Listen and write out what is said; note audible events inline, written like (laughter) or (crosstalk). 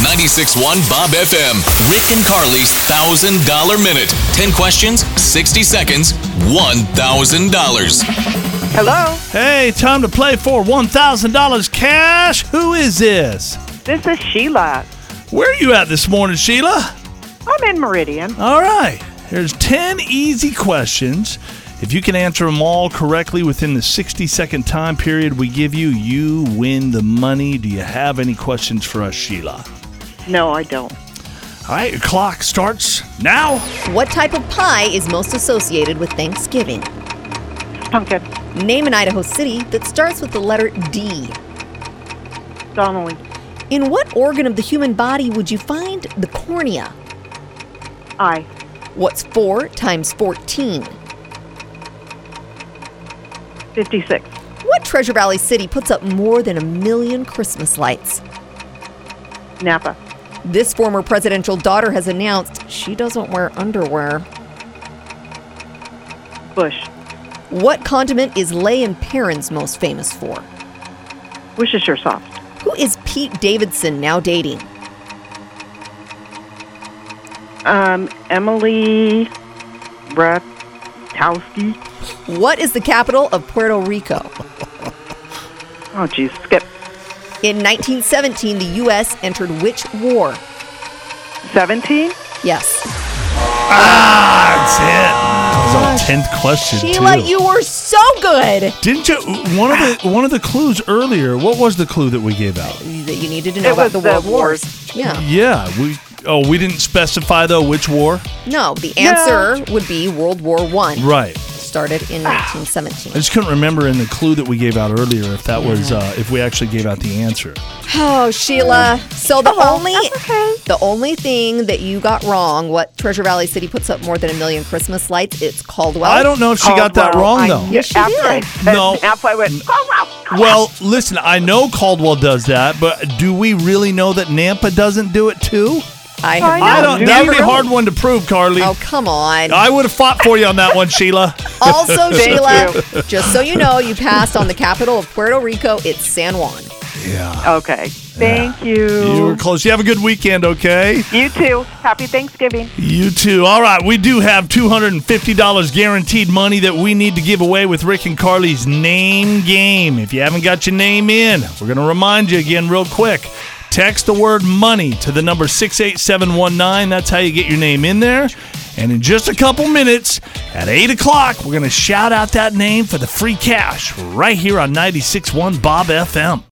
96.1 Bob FM. Rick and Carly's $1,000 Minute. 10 questions, 60 seconds, $1,000. Hello, Hey, time to play for $1,000 cash. Who is this? this is Sheila. Where are you at this morning, Sheila? I'm in Meridian. All right. Here's 10 easy questions. If you can answer them all correctly within the 60 second time period we give you, you win the money. Do you have any questions for us, Sheila? No, I don't. All right, your clock starts now. What type of pie is most associated with Thanksgiving? Pumpkin, Name an Idaho city that starts with the letter D. Donnelly, In what organ of the human body would you find the cornea? I, What's 4 times 14? 56, What Treasure Valley city puts up more than a million Christmas lights? Napa, This former presidential daughter has announced she doesn't wear underwear. Bush. What condiment is Lay and Perrins most famous for? Worcestershire sauce. Who is Pete Davidson now dating? Um, Emily Bratowski. What is the capital of Puerto Rico? Oh, geez, skip. In 1917, the U.S. entered which war? 17? Yes. That's it. That was our 10th question. Sheila, too. you Ah. were so good Didn't you? uh, One of the one of the clues earlier. What was the clue that we gave out? that you needed to know It about was the the World wars. Wars. Yeah. Yeah, we. Oh, we didn't specify though which war. No, the answer would be World War One. Right. Started in I 1917. just couldn't remember in the clue that we gave out earlier if that was uh, if we actually gave out the answer. Oh, Sheila. So the only okay. the only thing that you got wrong, what Treasure Valley City puts up more than a million Christmas lights, it's Caldwell. I don't know if she got that Oh, Caldwell. wrong Oh, I though. knew- Yes, she after I did. said No. Napa, I went, "Oh, Caldwell, Caldwell. Well, listen, I know Caldwell does that, but do we really know that Nampa doesn't do it too? I, have I I No, don't. do That would you be a really? hard one to prove, Carly. Oh, come (laughs) on. I would have fought for you on that one, Sheila. Also, Thank Sheila, just so you know, you passed on the capital of Puerto Rico. It's San Juan. Yeah, okay. Thank you you. were close. You have a good weekend, okay? You too. Happy Thanksgiving. You too. All right, we do have $250 guaranteed money that we need to give away with Rick and Carly's name game. If you haven't got your name in, we're going to remind you again real quick. Text the word money to the number 68719. That's how you get your name in there. And in just a couple minutes at 8 o'clock, we're going to shout out that name for the free cash right here on 96.1 Bob FM.